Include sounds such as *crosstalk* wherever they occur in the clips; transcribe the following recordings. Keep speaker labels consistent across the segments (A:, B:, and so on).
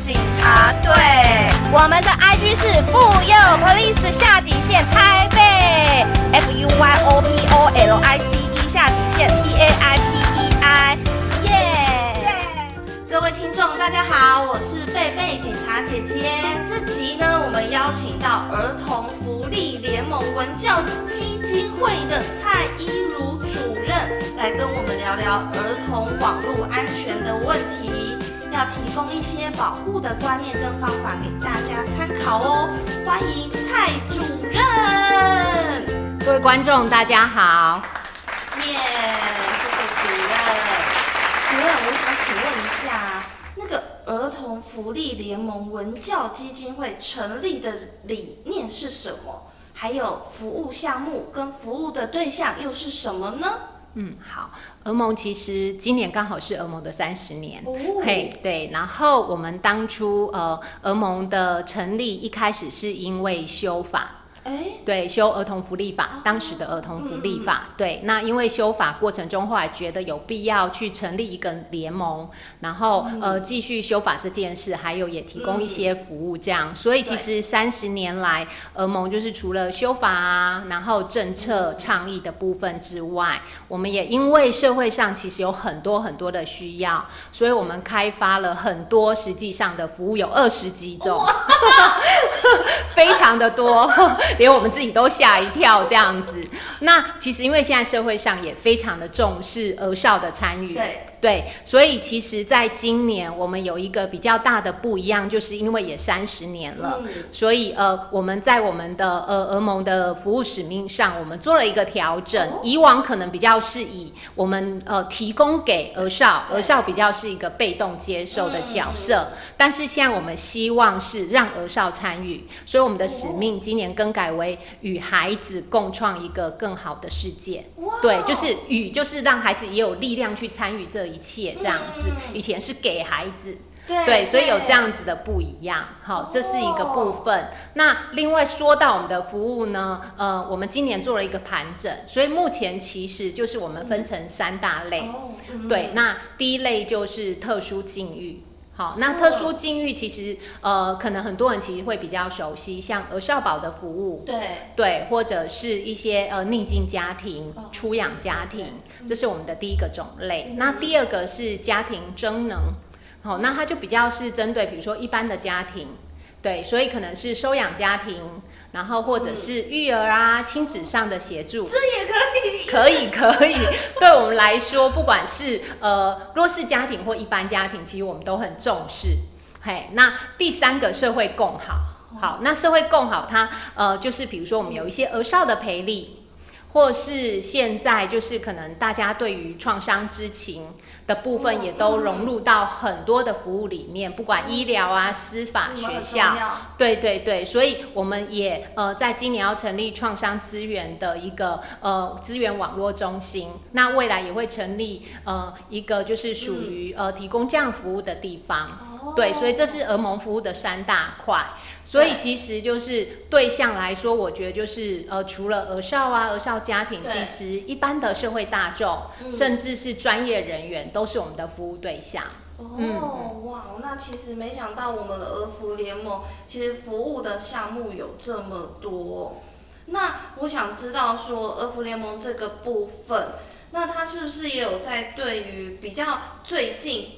A: 警察队，
B: 我们的 IG 是妇幼 police 下底线台北，F U Y O P O L I C E 下底线 T A I P E I，耶！各位听众，大家好，我是贝贝警察姐姐。这集呢，我们邀请到儿童福利联盟文教基金会的蔡依如主任来跟我们聊聊儿童网络安全的问题。要提供一些保护的观念跟方法给大家参考哦。欢迎蔡主任，
C: 各位观众，大家好。
B: 耶、谢谢主任。主任，我想请问一下，那个儿童福利联盟文教基金会成立的理念是什么？还有服务项目跟服务的对象又是什么呢？
C: 嗯，好。俄盟其实今年刚好是俄盟的三十年，
B: 哦
C: 嘿，对。然后我们当初呃，俄盟的成立一开始是因为修法，
B: 哎，
C: 对，修儿童福利法，当时的儿童福利法，对，那因为修法过程中，后来觉得有必要去成立一个联盟，然后、呃继续修法这件事，还有也提供一些服务这样，所以其实三十年来，儿盟就是除了修法啊，然后政策倡议的部分之外，我们也因为社会上其实有很多很多的需要，所以我们开发了很多实际上的服务，有二十几种。 *laughs* 非常的多， *laughs* 连我们自己都吓一跳这样子。那其实因为现在社会上也非常的重视儿少的参与，
B: 对
C: 对，所以其实在今年我们有一个比较大的不一样，就是因为也三十年了，
B: 嗯
C: 所以呃我们在我们的呃俄盟的服务使命上，我们做了一个调整。
B: 哦
C: 以往可能比较是以我们呃提供给儿少，
B: 对嗯
C: 儿少比较是一个被动接受的角色，但是现在我们希望是让儿少参与，所以我们的使命今年更改为与孩子共创一个更好的世界。
B: 哇
C: 对，就是与，就是让孩子也有力量去参与这一切，这样子。
B: 嗯
C: 以前是给孩子，
B: 对
C: 对，所以有这样子的不一样。好，这是一个部分。那另外说到我们的服务呢，呃，我们今年做了一个盘整，所以目前其实就是我们分成三大类。
B: 哦，嗯
C: 对，那第一类就是特殊境遇。好，那特殊境遇其实呃，可能很多人其实会比较熟悉，像儿少保的服务，
B: 对，
C: 对，或者是一些呃逆境家庭
B: 哦、
C: 出养家庭，这是我们的第一个种类。那第二个是家庭争能，好、那它就比较是针对比如说一般的家庭，对，所以可能是收养家庭，然后或者是育儿啊、亲子上的协助，
B: 这也可以，
C: 可以可以，对我们来说，不管是呃弱势家庭或一般家庭，其实我们都很重视。嘿，那第三个社会共好，好，那社会共好它呃就是比如说我们有一些儿少的培力。或是现在就是可能大家对于创伤知情的部分也都融入到很多的服务里面，不管医疗啊、司法、
B: 嗯
C: 学
B: 很
C: 校
B: 重要，
C: 对对对，所以我们也呃在今年要成立创伤资源的一个呃资源网络中心，那未来也会成立呃一个就是属于、呃提供这样服务的地方。
B: 哦
C: 对，所以这是俄盟服务的三大块，所以
B: 对
C: 其实就是对象来说，我觉得就是呃，除了儿少啊、儿少家庭，
B: 对
C: 其实一般的社会大众，
B: 嗯
C: 甚至是专业人员，都是我们的服务对象。
B: 哦，哇，那其实没想到我们的儿福联盟其实服务的项目有这么多。那我想知道说儿福联盟这个部分，那它是不是也有在对于比较最近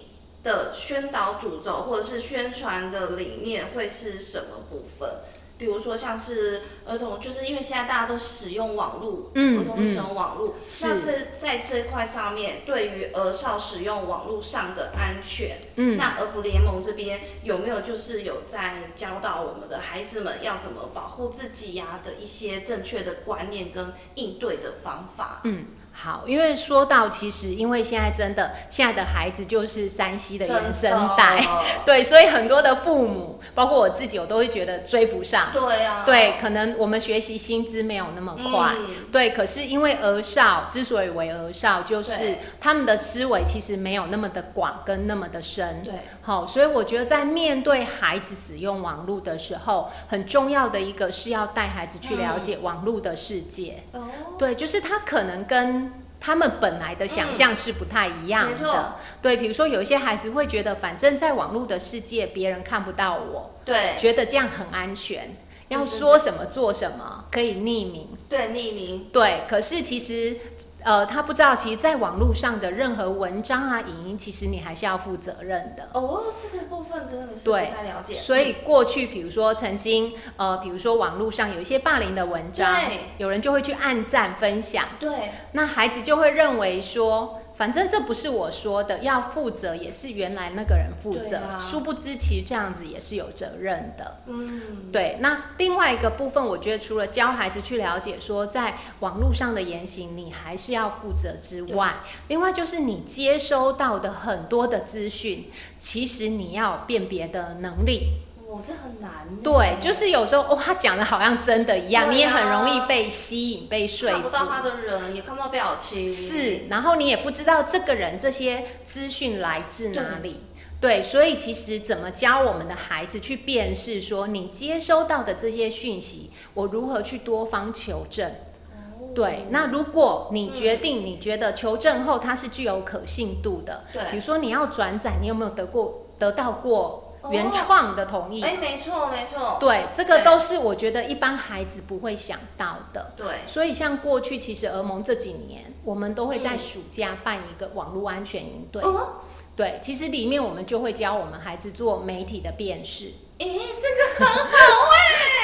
B: 的宣导主轴或者是宣传的理念会是什么部分？比如说像是儿童，就是因为现在大家都使用网络，
C: 嗯
B: 儿童使用网络，
C: 是
B: 那这在这块上面，对于儿少使用网络上的安全，
C: 嗯
B: 那儿福联盟这边有没有就是有在教导我们的孩子们要怎么保护自己呀、的一些正确的观念跟应对的方法？
C: 嗯，好，因为说到其实，因为现在真的现在的孩子就是山西的原生代 *laughs*
B: 真，的哦
C: 对，所以很多的父母，包括我自己，我都会觉得追不上。
B: 对啊，
C: 对，可能我们学习薪资没有那么快，
B: 嗯
C: 对。可是因为儿少之所以为儿少，就是
B: 对
C: 他们的思维其实没有那么的广跟那么的深，
B: 对。
C: 好，所以我觉得在面对孩子使用网络的时候，很重要的一个
B: 嗯
C: 是要带孩子去了解网络的世界。
B: 哦，
C: 对，就是他可能跟他们本来的想象是不太一样
B: 嗯没错
C: 的。对，比如说有一些孩子会觉得，反正在网络的世界，别人看不到我，
B: 对
C: 觉得这样很安全，
B: 对
C: 要
B: 对
C: 说什么做什么，可以匿名。
B: 对，匿名，
C: 对，可是其实，呃，他不知道，其实，在网络上的任何文章啊、影音，其实你还是要负责任的。
B: 哦，这个部分真的是不
C: 对
B: 太了解，
C: 所以过去，比如说曾经，呃，比如说网络上有一些霸凌的文章
B: 对，
C: 有人就会去按赞分享，
B: 嗯对，
C: 那孩子就会认为说，反正这不是我说的，要负责也是原来那个人负
B: 对
C: 责，
B: 啊
C: 殊不知其实这样子也是有责任的。
B: 嗯，
C: 对，那另外一个部分，我觉得除了教孩子去了解说在网络上的言行，你还是要负责之外，另外就是你接收到的很多的资讯，其实你要有辨别的能力。
B: 我这很难耶，
C: 对，就是有时候哦，他讲的好像真的一样，
B: 嗯对啊
C: 你也很容易被吸引、被说
B: 看不
C: 服
B: 到。他的人，也看不到表情，
C: 是，然后你也不知道这个人这些资讯来自哪里。对，所以其实怎么教我们的孩子去辨识，说你接收到的这些讯息，我如何去多方求证？
B: 哦，
C: 对，那如果你决定，你觉得求证后它是具有可信度的，
B: 嗯对
C: 比如说你要转载，你有没有得过得到过
B: 哦
C: 原创的同意？
B: 哎，没错没错，
C: 对，这个
B: 对
C: 都是我觉得一般孩子不会想到的。
B: 对，
C: 所以，像过去其实俄盟这几年，我们都会在暑假办一个网络安全营队。
B: 嗯哦，
C: 对，其实里面我们就会教我们孩子做媒体的辨识，
B: 哎，这个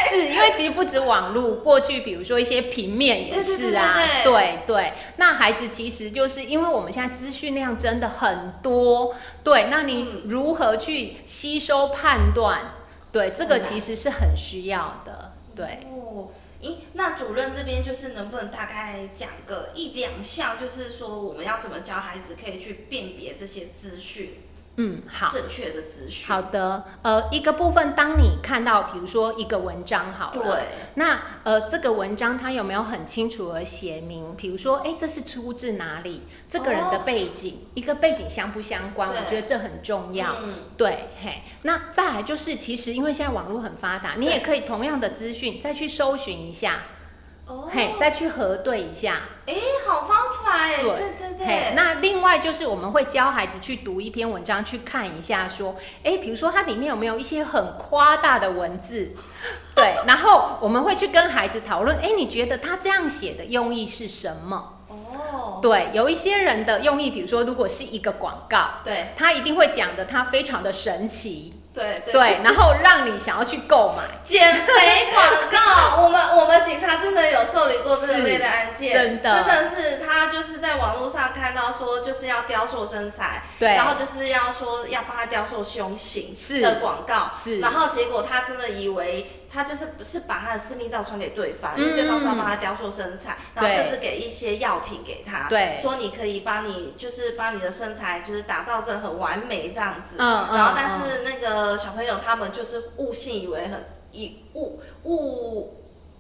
C: 是因为其实不止网络，过去比如说一些平面也是啊，
B: 对对对
C: 对对。那孩子其实就是因为我们现在资讯量真的很多，对，那
B: 嗯
C: 你如何去吸收判断？对，这个其实是很需要的，对。
B: 哦，咦，那主任这边就是能不能大概讲个一两项，就是说我们要怎么教孩子可以去辨别这些资讯，
C: 嗯，好。
B: 正确的资讯。
C: 好的，呃，一个部分，当你看到，比如说一个文章好了，
B: 对，
C: 那呃，这个文章它有没有很清楚的写明？比如说，哎，这是出自哪里？这个人的
B: 哦
C: 背景，一个背景相不相关？
B: 对
C: 我觉得这很重要。
B: 嗯，
C: 对，嘿，那再来就是，其实因为现在网络很发达，你也
B: 对
C: 可以同样的资讯再去搜寻一下，
B: 哦，
C: 嘿，再去核对一下，
B: 哎，好方法哎，
C: 对
B: 对对
C: 嘿
B: 对，，
C: 那另外就是我们会教孩子去读一篇文章，去看一下说，哎，比如说它里面有没有一些很夸大的文
B: *laughs*
C: 字，对，然后我们会去跟孩子讨论，哎，你觉得他这样写的用意是什么？
B: 哦，
C: 对，有一些人的用意，比如说如果是一个广告，
B: 对
C: 他一定会讲的他非常的神奇，
B: 对对
C: 对，然后让你想要去购买。
B: 减肥广告，我们我们警察真的有受理过这类的案件，
C: 是真的
B: 真的是他就是在网络上看到说就是要雕塑身材，
C: 对
B: 然后就是要说要帮他雕塑胸型
C: 是
B: 的广告，
C: 是
B: 然后结果他真的以为。他就是是把他的私密照传给对方，因
C: 嗯
B: 为对方说要帮他雕塑身材，然后
C: 对
B: 甚至给一些药品给他，
C: 对
B: 说你可以帮你就是把你的身材就是打造的很完美这样子，
C: 嗯嗯
B: 然后但是那个小朋友他们就是误信以为很以误误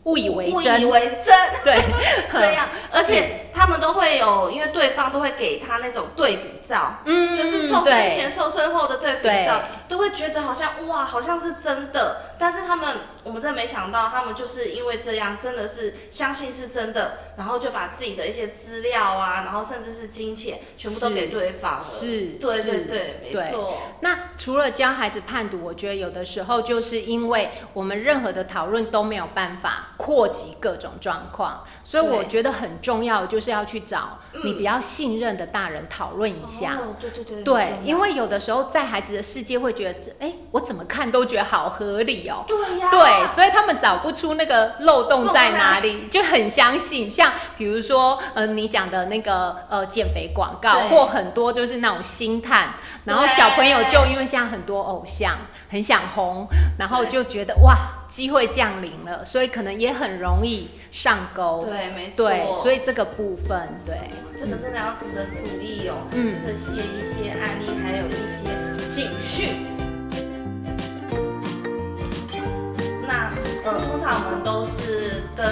C: 误以为
B: 误以
C: 真，
B: 为真
C: 对，，
B: *laughs* 这样
C: 是
B: 而且他们都会有，因为对方都会给他那种对比照。
C: *laughs* 嗯
B: 就是瘦身
C: 对
B: 前、瘦身后的对比照，都会觉得好像哇，好像是真的。但是他们，我们真没想到，他们就是因为这样，真的是相信是真的，然后就把自己的一些资料啊，然后甚至是金钱，全部都
C: 是
B: 给对方了。
C: 是
B: 对对
C: 是
B: 对，没
C: 对
B: 错。
C: 那除了教孩子判读，我觉得有的时候就是因为我们任何的讨论都没有办法扩及各种状况，所以
B: 对
C: 我觉得很重要，就是要去找你比较信任的大人讨论一
B: 嗯
C: 下。
B: 哦，对对对，
C: 对，
B: 真的
C: 因为有的时候在孩子的世界会觉得，哎，我怎么看都觉得好合理哦。
B: 对呀，
C: 对，所以他们找不出那个漏洞在哪里，就很相信。像比如说，呃，你讲的那个呃减肥广告，
B: 对
C: 或很多就是那种星探，然后
B: 对
C: 小朋友就因为现在很多偶像很想红，然后
B: 对
C: 就觉得哇机会降临了，所以可能也很容易上钩。
B: 对，没错，
C: 对，所
B: 以
C: 以这个部分对。
B: 这个真的要值得注意哦。
C: 嗯
B: 这些一些案例，还有一些警讯。那呃，通常我们都是跟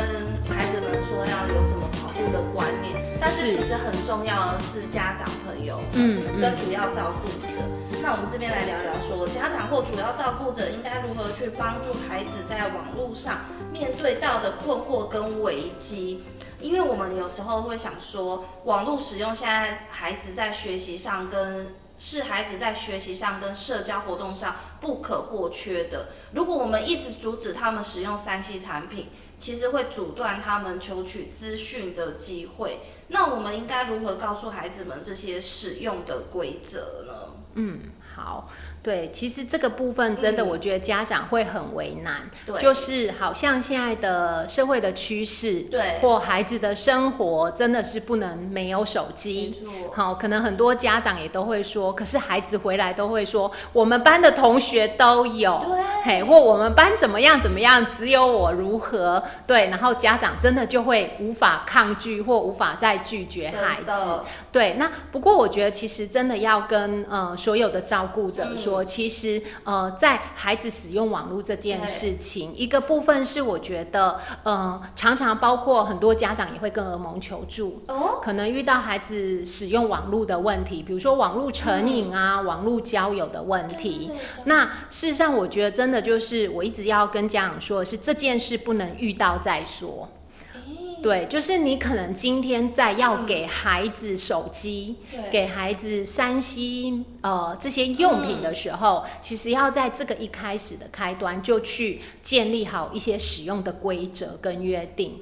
B: 孩子们说要有什么跑步的观念，但但是
C: 是
B: 其实很重要的是家长朋友，
C: 嗯
B: 跟
C: 嗯，
B: 主要照顾者。那我们这边来聊聊说，家长或主要照顾者应该如何去帮助孩子在网络上面对到的困惑跟危机。因为我们有时候会想说，网络使用现在孩子在学习上跟是孩子在学习上跟社交活动上不可或缺的。如果我们一直阻止他们使用三 C 产品，其实会阻断他们求取资讯的机会。那我们应该如何告诉孩子们这些使用的规则呢？
C: 嗯好，对，其实这个部分真的，我觉得家长会很为难，
B: 对
C: 就是好像现在的社会的趋势，
B: 对
C: 或孩子的生活真的是不能没有手机，
B: 错，
C: 好，可能很多家长也都会说，可是孩子回来都会说，我们班的同学都有，
B: 对
C: 嘿，或我们班怎么样怎么样，只有我如何，对，然后家长真的就会无法抗拒或无法再拒绝孩
B: 真
C: 子，
B: 的，
C: 对，那不过我觉得其实真的要跟呃所有的照顾者说，其实呃在孩子使用网络这件事情，一个部分是我觉得呃常常包括很多家长也会跟儿盟求助。
B: 哦，
C: 可能遇到孩子使用网络的问题，比如说网络成瘾啊、网络交友的问题。那事实上，我觉得真的就是我一直要跟家长说的是，这件事不能遇到再说。对，就是你可能今天在要给孩子手机、
B: 对
C: 给孩子三 C 呃这些用品的时候，其实要在这个一开始的开端就去建立好一些使用的规则跟约定。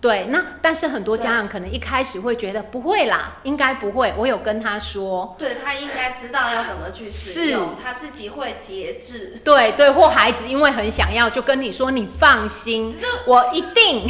C: 对，那但是很多家长可能一开始会觉得不会啦，应该不会。我有跟他说，
B: 对他应该知道要怎么去使
C: 是
B: 用，他自己会节制。
C: 对对，或孩子因为很想要，就跟你说你放心，我一定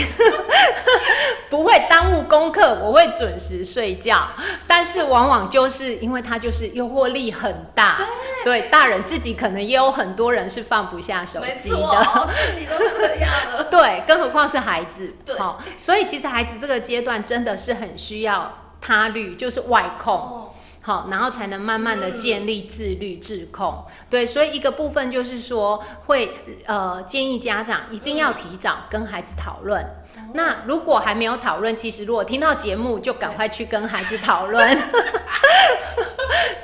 C: *laughs* 不会耽误功课，我会准时睡觉。但是往往就是因为他就是诱惑力很大，对大人自己可能也有很多人是放不下手
B: 没
C: 机
B: 错哦
C: 的。，
B: 自己都这样
C: *laughs*
B: 了。
C: 对，更何况是孩子，
B: 对
C: 好、所以其实孩子这个阶段真的是很需要他律，就是外控，
B: 哦，
C: 好，然后才能慢慢的建立自律自控。对，所以一个部分就是说，会呃建议家长一定要提早跟孩子讨论。那如果还没有讨论，其实如果听到节目，就赶快去跟孩子讨论。 *laughs*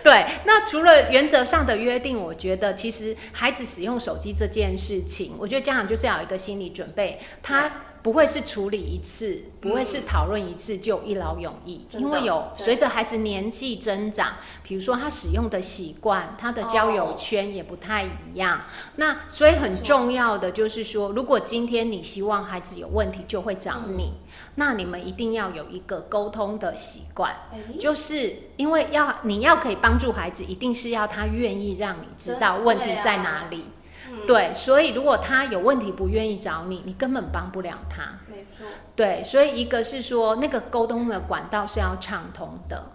C: 对，那除了原则上的约定，我觉得其实孩子使用手机这件事情，我觉得家长就是要有一个心理准备，他不会是处理一次，不会是讨论一次就一劳永逸，
B: 真的
C: 因为有
B: 对
C: 随着孩子年纪增长，比如说他使用的习惯，他的交友圈也不太一样。那所以很重要的就是说，如果今天你希望孩子有问题就会找你，
B: 嗯
C: 那你们一定要有一个沟通的习惯。就是因为要你要可以帮助孩子，一定是要他愿意让你知道问题在哪里。
B: 嗯
C: 对，所以如果他有问题不愿意找你，你根本帮不了他。
B: 没错，
C: 对，所以一个是说那个沟通的管道是要畅通的。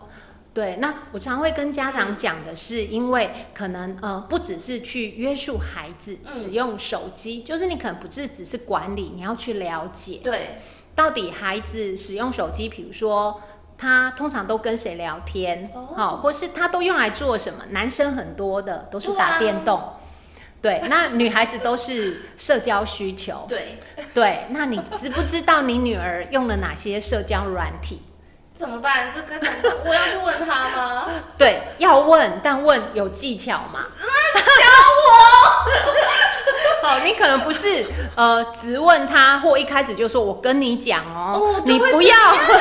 C: 对，那我常会跟家长讲的是，因为可能呃，不只是去约束孩子
B: 嗯
C: 使用手机，就是你可能不是只是管理，你要去了解。
B: 对，
C: 到底孩子使用手机，比如说他通常都跟谁聊天，
B: 哦
C: 好、或是他都用来做什么？男生很多的都是
B: 对啊
C: 打电动，对，那女孩子都是社交需求，
B: 对，
C: 对，那你知不知道你女儿用了哪些社交软体？
B: 怎么办？这个怎么我要去问他
C: *laughs*
B: 吗？
C: 对，要问，但问有技巧嘛？教我。好，你可能不是呃，直问他，或一开始就说“我跟你讲
B: 哦
C: 哦，
B: 就
C: 你
B: 会
C: 不
B: 这
C: 要”，
B: 不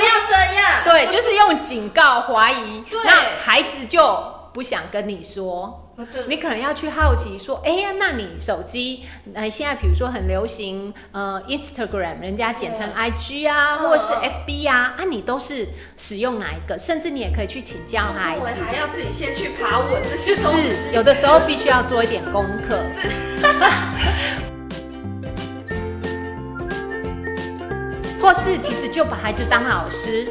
B: 要这样。
C: 对，就是用警告、怀疑
B: 对，
C: 那孩子就不想跟你说。
B: 我就
C: 你可能要去好奇说，哎呀，那你手机，呃，现在比如说很流行，呃，Instagram，人家简称 IG
B: 嗯
C: 啊，或者是
B: 嗯
C: FB 啊，啊，你都是使用哪一个？甚至你也可以去请教孩
B: 哦我
C: 子。
B: 还要自己先去爬稳这些东西。
C: 是，有的时候必须要做一点功课。 *laughs* 或是其实就把孩子当老师，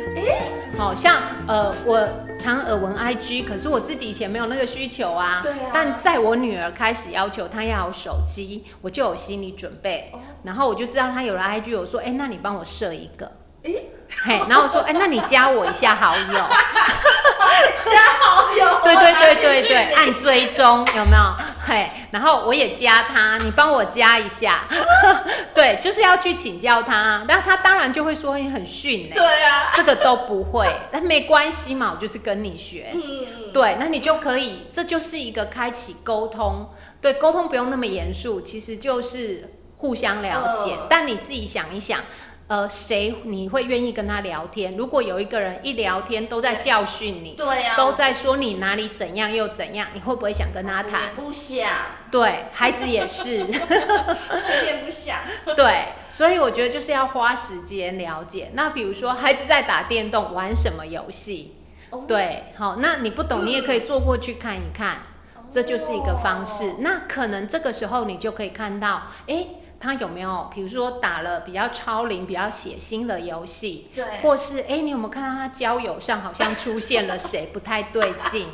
C: 好、像呃，我常耳闻 IG，可是我自己以前没有那个需求啊。
B: 对啊
C: 但在我女儿开始要求她要有手机，我就有心理准备，
B: 哦
C: 然后我就知道她有了 IG，我说，哎、那你帮我设一个。
B: 诶
C: 嘿，然后我说，哎、那你加我一下好友。
B: 加好友，啊
C: *laughs* 对对对对哎
B: 进 *laughs*
C: 对，
B: 去
C: 按追踪有没有？嘿，然后我也加他，你帮我加一下。 *laughs* 对，就是要去请教他，那他当然就会说你很逊呢、
B: 对啊，
C: 这个都不会， *laughs* 那没关系嘛，我就是跟你学。
B: 嗯，
C: 对，那你就可以，这就是一个开启沟通。对，沟通不用那么严肃，其实就是互相了解。
B: 嗯
C: 但你自己想一想，呃，谁你会愿意跟他聊天？如果有一个人一聊天都在教训你，
B: 对啊，
C: 都在说你哪里怎样又怎样，你会不会想跟他谈？
B: 不想，
C: 对孩子也是，
B: 有点不想，
C: 对，所以我觉得就是要花时间了解。那比如说孩子在打电动，玩什么游戏？
B: 哦，
C: 对，好，那你不懂，你也可以坐过去看一看，
B: 哦
C: 这就是一个方式。那可能这个时候你就可以看到，诶，他有没有，比如说打了比较超龄、比较血腥的游戏，
B: 对
C: 或是诶，你有没有看到他交友上好像出现了谁不太对劲？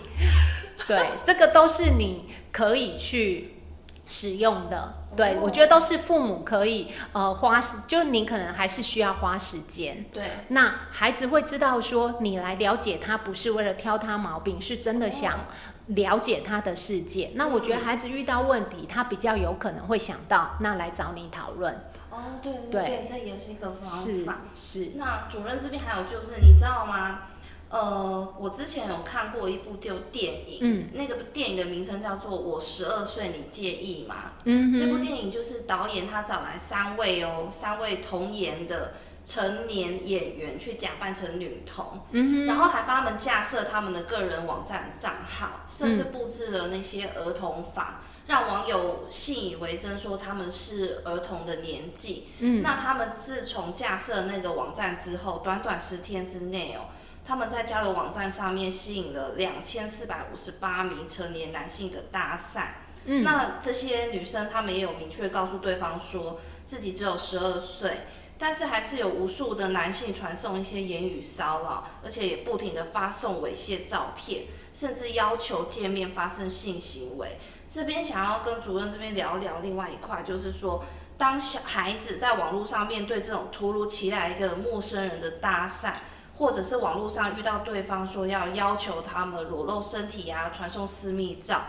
C: 对，这个都是你可以去使用的。对，我觉得都是父母可以呃花时，就你可能还是需要花时间。
B: 对，
C: 那孩子会知道说，你来了解他不是为了挑他毛病，是真的想了解他的世界。那我觉得孩子遇到问题，他比较有可能会想到，那来找你讨论。
B: 哦，对对
C: 对
B: 对，这也是一个方
C: 是
B: 法。
C: 是，
B: 那主任这边还有就是，你知道吗？呃，我之前有看过一部就电影，
C: 嗯
B: 那个电影的名称叫做《我十二岁，你介意吗》。
C: 嗯
B: 这部
C: 哼，
B: 电影就是导演他找来三位哦，三位童颜的成年演员去假扮成女童，
C: 嗯
B: 然后还帮他们架设他们的个人网站账号，甚
C: 嗯
B: 至布置了那些儿童法，让网友信以为真，说他们是儿童的年纪。
C: 嗯
B: 那他们自从架设那个网站之后，短短十天之内哦，他们在交友网站上面吸引了两千四百五十八名成年男性的搭讪。
C: 嗯
B: 那这些女生她们也有明确告诉对方说自己只有十二岁，但是还是有无数的男性传送一些言语骚扰，而且也不停的发送猥亵照片，甚至要求见面发生性行为。这边想要跟主任这边聊聊另外一块，就是说，当小孩子在网络上面对这种突如其来的陌生人的搭讪，或者是网络上遇到对方说要要求他们裸露身体啊，传送私密照，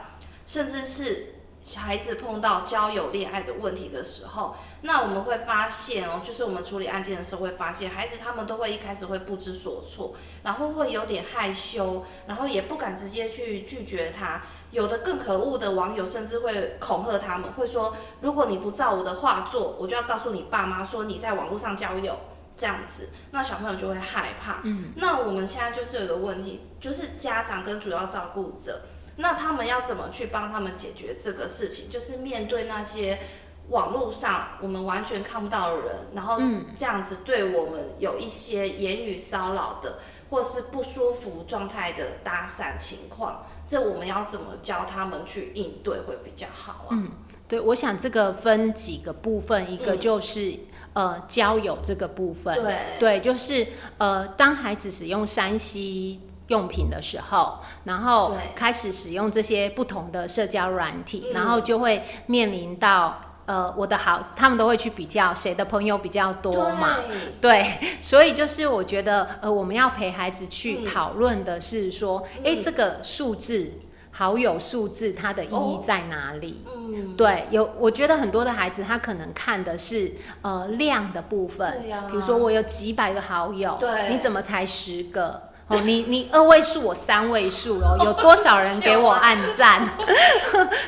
B: 甚至是小孩子碰到交友恋爱的问题的时候，那我们会发现哦，就是我们处理案件的时候会发现，孩子他们都会一开始会不知所措，然后会有点害羞，然后也不敢直接去拒绝他。有的更可恶的网友甚至会恐吓他们，会说：“如果你不照我的话做，我就要告诉你爸妈说你在网络上交友。”这样子，那小朋友就会害怕。嗯，那我们现在就是有一个问题，就是家长跟主要照顾者，那他们要怎么去帮他们解决这个事情？就是面对那些网络上我们完全看不到的人，然后
C: 嗯
B: 这样子对我们有一些言语骚扰的，或是不舒服状态的搭讪情况，这我们要怎么教他们去应对会比较好啊？
C: 嗯对，我想这个分几个部分，一个就是呃交友这个部分，
B: 嗯对
C: 对，就是呃，当孩子使用山西用品的时候，然后
B: 对
C: 开始使用这些不同的社交软体，
B: 嗯
C: 然后就会面临到呃，我的好，他们都会去比较谁的朋友比较多嘛。
B: 对啊
C: 对， *laughs* 所以就是我觉得，呃，我们要陪孩子去
B: 嗯
C: 讨论的是说，诶，这个数字好友数字它的意义
B: 哦
C: 在哪里？
B: 嗯，
C: 对，有我觉得很多的孩子他可能看的是呃量的部分
B: 对，呀
C: 比如说我有几百个好友，
B: 对
C: 你怎么才十个？哦，你你二位数，我三位数
B: *laughs*
C: 哦，有多少人给我按赞？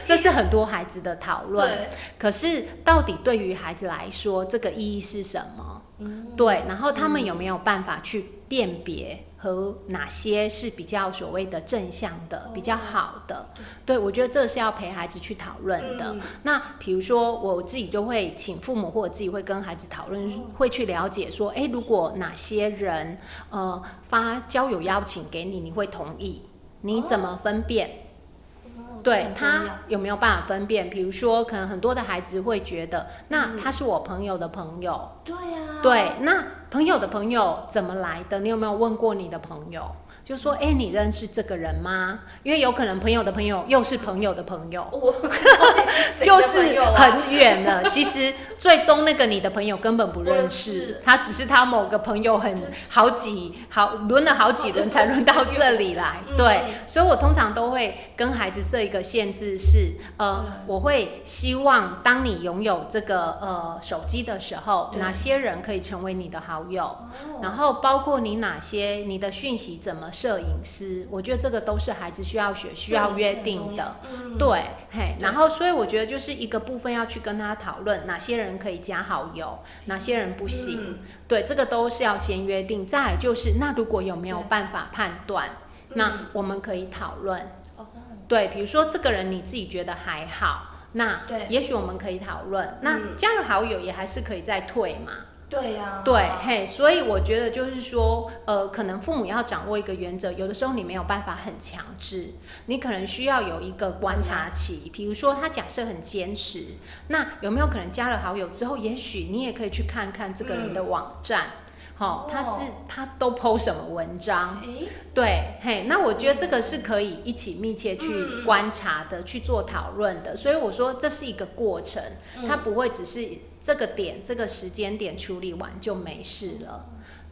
C: 这是很多孩子的讨论。
B: 对，
C: 可是到底对于孩子来说，这个意义是什么？
B: 嗯
C: 对，然后他们有没有办法去辨别和哪些是比较所谓的正向
B: 哦
C: 的、比较好的？对，我觉得这是要陪孩子去讨论的。
B: 嗯
C: 那比如说我自己就会请父母或者自己会跟孩子讨论，
B: 嗯
C: 会去了解说，诶，如果哪些人呃发交友邀请给你，你会同意？你怎么分辨？
B: 哦
C: 对
B: 这很重
C: 他有没有办法分辨？比如说，可能很多的孩子会觉得，
B: 嗯
C: 那他是我朋友的朋友，
B: 要对呀、
C: 对，那朋友的朋友怎么来的？你有没有问过你的朋友？就说，哎、你认识这个人吗？因为有可能朋友的
B: *laughs*
C: 朋友又是朋友的朋友，
B: 我
C: 就是
B: 有
C: 很远了。其实最终那个你的朋友根本不认
A: *laughs* 不认
C: 识
A: 识，
C: 他只是他某个朋友很好几好轮了好几轮才轮到这里来
A: *laughs* 嗯，
C: 对，所以我通常都会跟孩子设一个限制是，呃
A: 对，
C: 我会希望当你拥有这个呃手机的时候，
A: 对
C: 哪些人可以成为你的好友，
B: 啊哦
C: 然后包括你哪些你的讯息怎么摄影师，我觉得这个都是孩子需要学需要约定的。
A: 嗯，
C: 对，嘿，
A: 对
C: 然后所以我觉得就是一个部分要去跟他讨论哪些人可以加好友，哪些人不行，
A: 嗯
C: 对，这个都是要先约定。再来就是，那如果有没有
A: 对
C: 办法判断，
A: 嗯
C: 那我们可以讨论。
B: 嗯
A: 哦
C: 对，比如说这个人你自己觉得还好，那
A: 对
C: 也许我们可以讨论。那
A: 嗯
C: 加了好友也还是可以再退嘛。
A: 对呀，
C: 对，嘿，所以我觉得就是说，呃，可能父母要掌握一个原则，有的时候你没有办法很强制，你可能需要有一个观察期。比如说，他假设很坚持，那有没有可能加了好友之后，也许你也可以去看看这个人的网站，
A: 哦
C: 好、他是他都 PO 什么文章？
A: 诶，
C: 对，嘿，那我觉得这个是可以一起密切
A: 嗯
C: 去观察的，去做讨论的。所以我说这是一个过程，
A: 嗯
C: 它不会只是这个点、这个时间点处理完就没事了。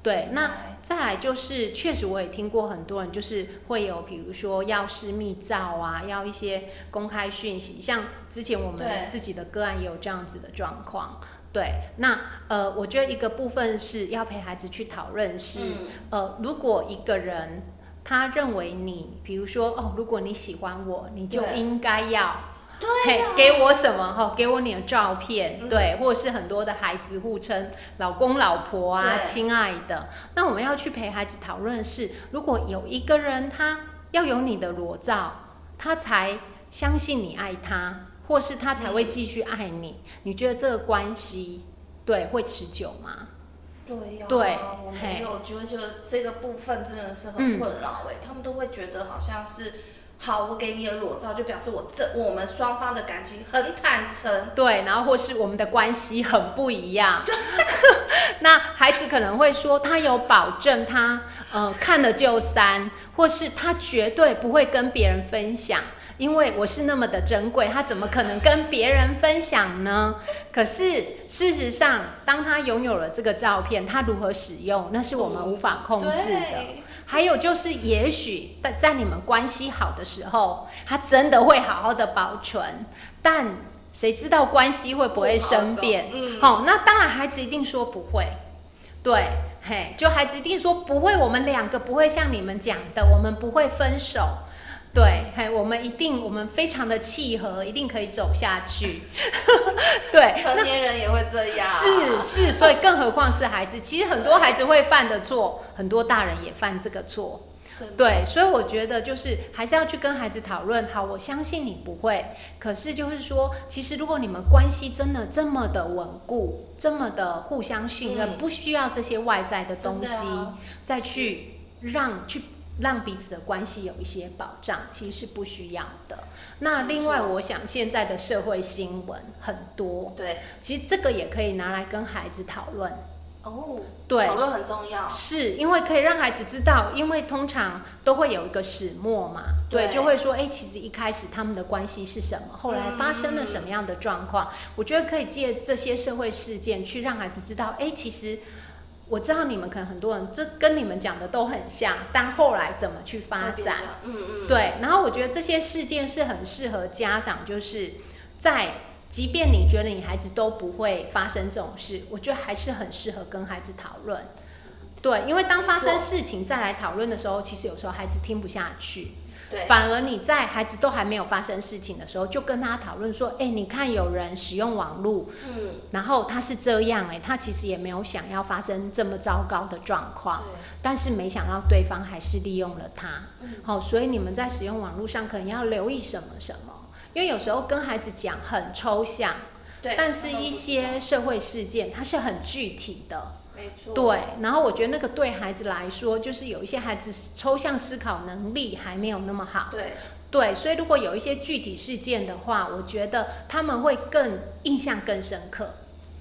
C: 对，那再来就是，确实我也听过很多人就是会有，比如说要私密照啊，要一些公开讯息，像之前我
A: 对
C: 们自己的个案也有这样子的状况。对，那呃，我觉得一个部分是要陪孩子去讨论是，
A: 嗯
C: 呃，如果一个人他认为你，比如说哦，如果你喜欢我，你就
A: 对啊
C: 应该要
A: 对
C: 嘿
A: 呀，
C: 给我什么哈、哦？给我你的照片，
A: 嗯
C: 对，或者是很多的孩子互称老公、老婆啊，
A: 对
C: 亲爱的。那我们要去陪孩子讨论的是，如果有一个人他要有你的裸照，他才相信你爱他，或是他才
A: 嗯
C: 会继续爱你。你觉得这个关系对会持久吗？
A: 对呀、
C: 对
A: 我没
C: 嘿嗯
A: 有，觉得这个部分真的是很困扰哎、他们都会觉得好像是，好，我给你的裸照就表示我这我们双方的感情很坦诚，
C: 对，然后或是我们的关系很不一样。 *laughs* 那孩子可能会说，他有保证他呃看了就删，或是他绝对不会跟别人分享，因为我是那么的珍贵，他怎么可能跟别人分享呢？可是事实上，当他拥有了这个照片，他如何使用，那是我们无法控制的。
A: 对
C: 还有就是，也许在在你们关系好的时候，他真的会好好的保存，但谁知道关系会不会生变？
A: 不好说嗯
C: 好、那当然孩子一定说不会，对，嘿，就孩子一定说不会，我们两个不会像你们讲的，我们不会分手。对，嘿，我们一定，我们非常的契合，一定可以走下去。 *laughs* 对，
A: 嗯成年人也会这样，
C: *laughs* 是是，所以更何况是孩子，其实很多孩子会犯的错，很多大人也犯这个错。
A: 真的，
C: 对，所以我觉得就是还是要去跟孩子讨论。好，我相信你不会，可是就是说，其实如果你们关系真的这么的稳固，这么的互相信任，
A: 嗯
C: 不需要这些外在的东西、
A: 真的啊
C: 再去让去让彼此的关系有一些保障，其实是不需要的。那另外，
A: 没错
C: 我想现在的社会新闻很多，
A: 对
C: 其实这个也可以拿来跟孩子讨论。
A: 哦，
C: 对
A: 讨论很重要，
C: 是因为可以让孩子知道，因为通常都会有一个始末嘛，对，
A: 对嗯
C: 就会说，哎、其实一开始他们的关系是什么，后来发生了什么样的状况，我觉得可以借这些社会事件去让孩子知道，哎、其实。我知道你们可能很多人，这跟你们讲的都很像，但后来怎么去发
A: 特别这
C: 展
A: 样？，嗯嗯，
C: 对，然后我觉得这些事件是很适合家长，就是在即便你觉得你孩子都不会发生这种事，我觉得还是很适合跟孩子讨论。对，因为当发生
A: 没
C: 事情再来讨论的时候，其实有时候孩子听不下去，
A: 对，
C: 反而你在孩子都还没有发生事情的时候，就跟他讨论说：“哎、你看有人使用网络，
A: 嗯，
C: 然后他是这样、哎，他其实也没有想要发生这么糟糕的状况。”
A: 嗯
C: 但是没想到对方还是利用了它。好、所以你们在使用网络上可能要留意什么什么，因为有时候跟孩子讲很抽象，
A: 对，
C: 但是一些社会事件它是很具体的。
A: 没错，
C: 对，然后我觉得那个对孩子来说，就是有一些孩子抽象思考能力还没有那么好。
A: 对，
C: 对，所以如果有一些具体事件的话，我觉得他们会更印象更深刻。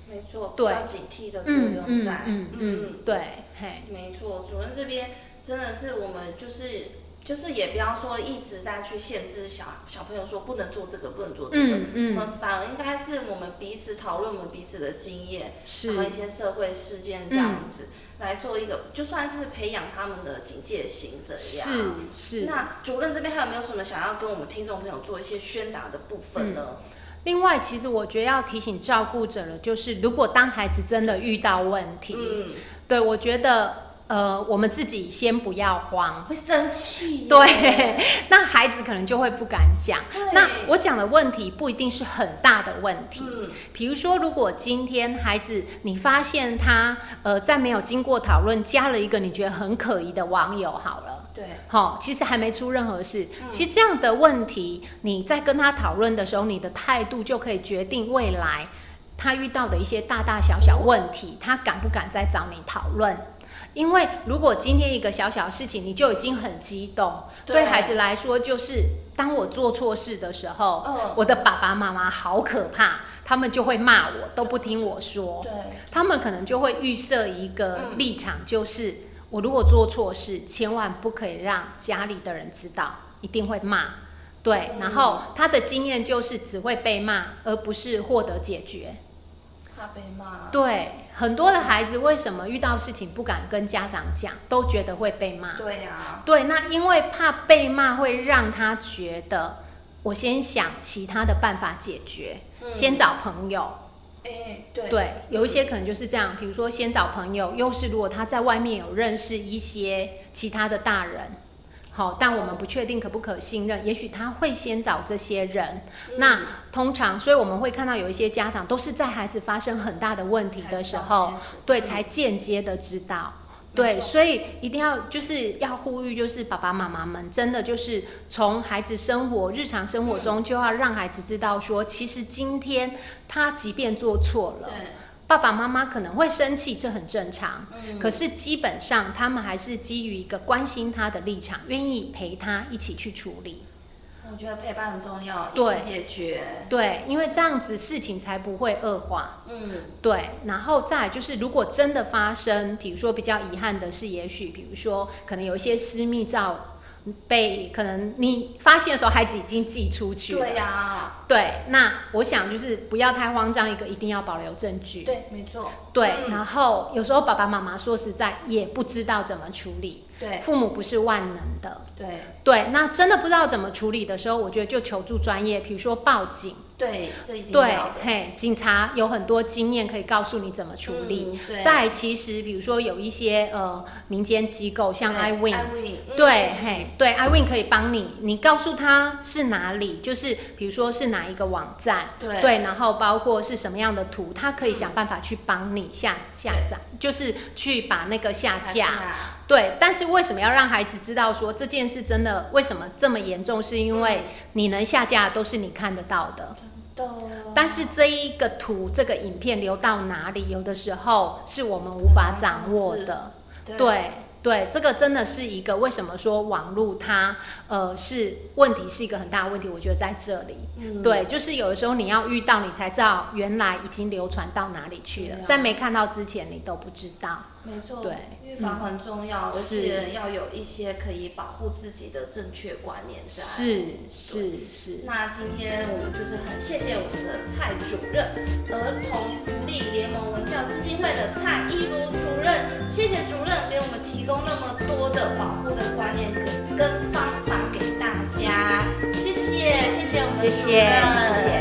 A: 没错，
C: 对嗯
A: 比较警惕的作用在，
C: 嗯嗯嗯，对，嘿，
A: 没错，主任这边真的是我们就是
B: 就是也不要说一直在去限制小小朋友说不能做这个，不能做这个。
C: 嗯
B: 我
C: 嗯，
B: 们反而应该是我们彼此讨论我们彼此的经验，
C: 是嗯
B: 然后一些社会事件这样子、来做一个，就算是培养他们的警戒心这样。
C: 是是。
B: 那主任这边还有没有什么想要跟我们听众朋友做一些宣达的部分呢？
C: 嗯另外，其实我觉得要提醒照顾者了，就是如果当孩子真的遇到问题，
B: 嗯，
C: 对我觉得呃，我们自己先不要慌。
B: 会生气耶。
C: 对，那孩子可能就会不敢讲。
B: 对
C: 那我讲的问题不一定是很大的问题，
B: 嗯
C: 比如说，如果今天孩子你发现他呃在没有经过讨论加了一个你觉得很可疑的网友，好了。
B: 对，
C: 好、其实还没出任何事。
B: 嗯
C: 其实这样的问题，你在跟他讨论的时候，你的态度就可以决定未来他遇到的一些大大小小问题，他敢不敢再找你讨论。因为如果今天一个小小事情，你就已经很激动，
B: 对
C: 对孩子来说，就是当我做错事的时候，
B: 嗯
C: 我的爸爸妈妈好可怕，他们就会骂我，都不听我说。
B: 对，
C: 他们可能就会预设一个立场，就是我如果做错事，千万不可以让家里的人知道，一定会骂。对，然后他的经验就是只会被骂，而不是获得解决。
B: 怕被骂。
C: 对，很多的孩子为什么遇到事情不敢跟家长讲，都觉得会被骂。
B: 对啊呀、
C: 对，那因为怕被骂，会让他觉得我先想其他的办法解决，
B: 嗯
C: 先找朋友，
B: 哎、对，
C: 对，有一些可能就是这样，比如说先找朋友，又是如果他在外面有认识一些其他的大人，好，但我们不确定可不可信任，也许他会先找这些人。
B: 嗯
C: 那通常，所以我们会看到有一些家长都是在孩子发生很大的问题的时
B: 才知
C: 候
B: 道这件事，
C: 对，才间接的知道。
B: 没
C: 对，
B: 错
C: 所以一定要就是要呼吁，就是爸爸妈妈们真的就是从孩子生活日常生活
B: 嗯
C: 中就要让孩子知道说，其实今天他即便做错了，
B: 对，
C: 爸爸妈妈可能会生气，这很正常。
B: 嗯
C: 可是基本上他们还是基于一个关心他的立场，愿意陪他一起去处理。
B: 我觉得陪伴很重要，一
C: 对
B: 起解决。
C: 对，因为这样子事情才不会恶化。
B: 嗯，
C: 对，然后再来就是，如果真的发生，比如说比较遗憾的是，也许比如说可能有一些私密照被可能你发现的时候，孩子已经寄出去了。
B: 对嗯呀、
C: 对，那我想就是不要太慌张，一个一定要保留证据。
B: 对，没错，
C: 对，
B: 嗯
C: 然后有时候爸爸妈妈说实在也不知道怎么处理，
B: 对
C: 父母不是万能的。
B: 对
C: 对，那真的不知道怎么处理的时候，我觉得就求助专业，比如说报警，
B: 对，这一定
C: 对
B: 要，的。
C: 嘿，警察有很多经验可以告诉你怎么处理。
B: 嗯对
C: 再其实，比如说有一些呃民间机构，像
B: 对
C: iWin，
B: iWin，嗯
C: 对，嘿，对，iWin 可以帮你，你告诉他是哪里，就是比如说是哪一个网站，
B: 对
C: 然后包括是什么样的图，他可以想办法去帮你下下载，就是去把那个下
B: 下
C: 架。对，但是为什么要让孩子知道说这件事真的为什么这么严重？是因为你能下架的都是你看得到的，
B: 都
C: 但是这一个图、这个影片流到哪里，有的时候是我们无法掌握的。哦对对，这个真的是一个为什么说网络它呃是问题是一个很大的问题，我觉得在这里。
B: 嗯
C: 对，就是有的时候你要遇到，你才知道原来已经流传到哪里去了
B: 对啊，
C: 在没看到之前你都不知道。
B: 没错，
C: 对嗯
B: 预防很重要，而
C: 是
B: 且要有一些可以保护自己的正确观念在。
C: 是是是，
B: 那今天我们就是很谢谢我们的蔡主任，儿童福利联盟文教基金会的蔡一如主任，谢谢主任给我们提供那么多的保护的观念跟跟方法给大家，谢谢谢谢我们主
C: 谢谢
B: 任
C: 谢谢。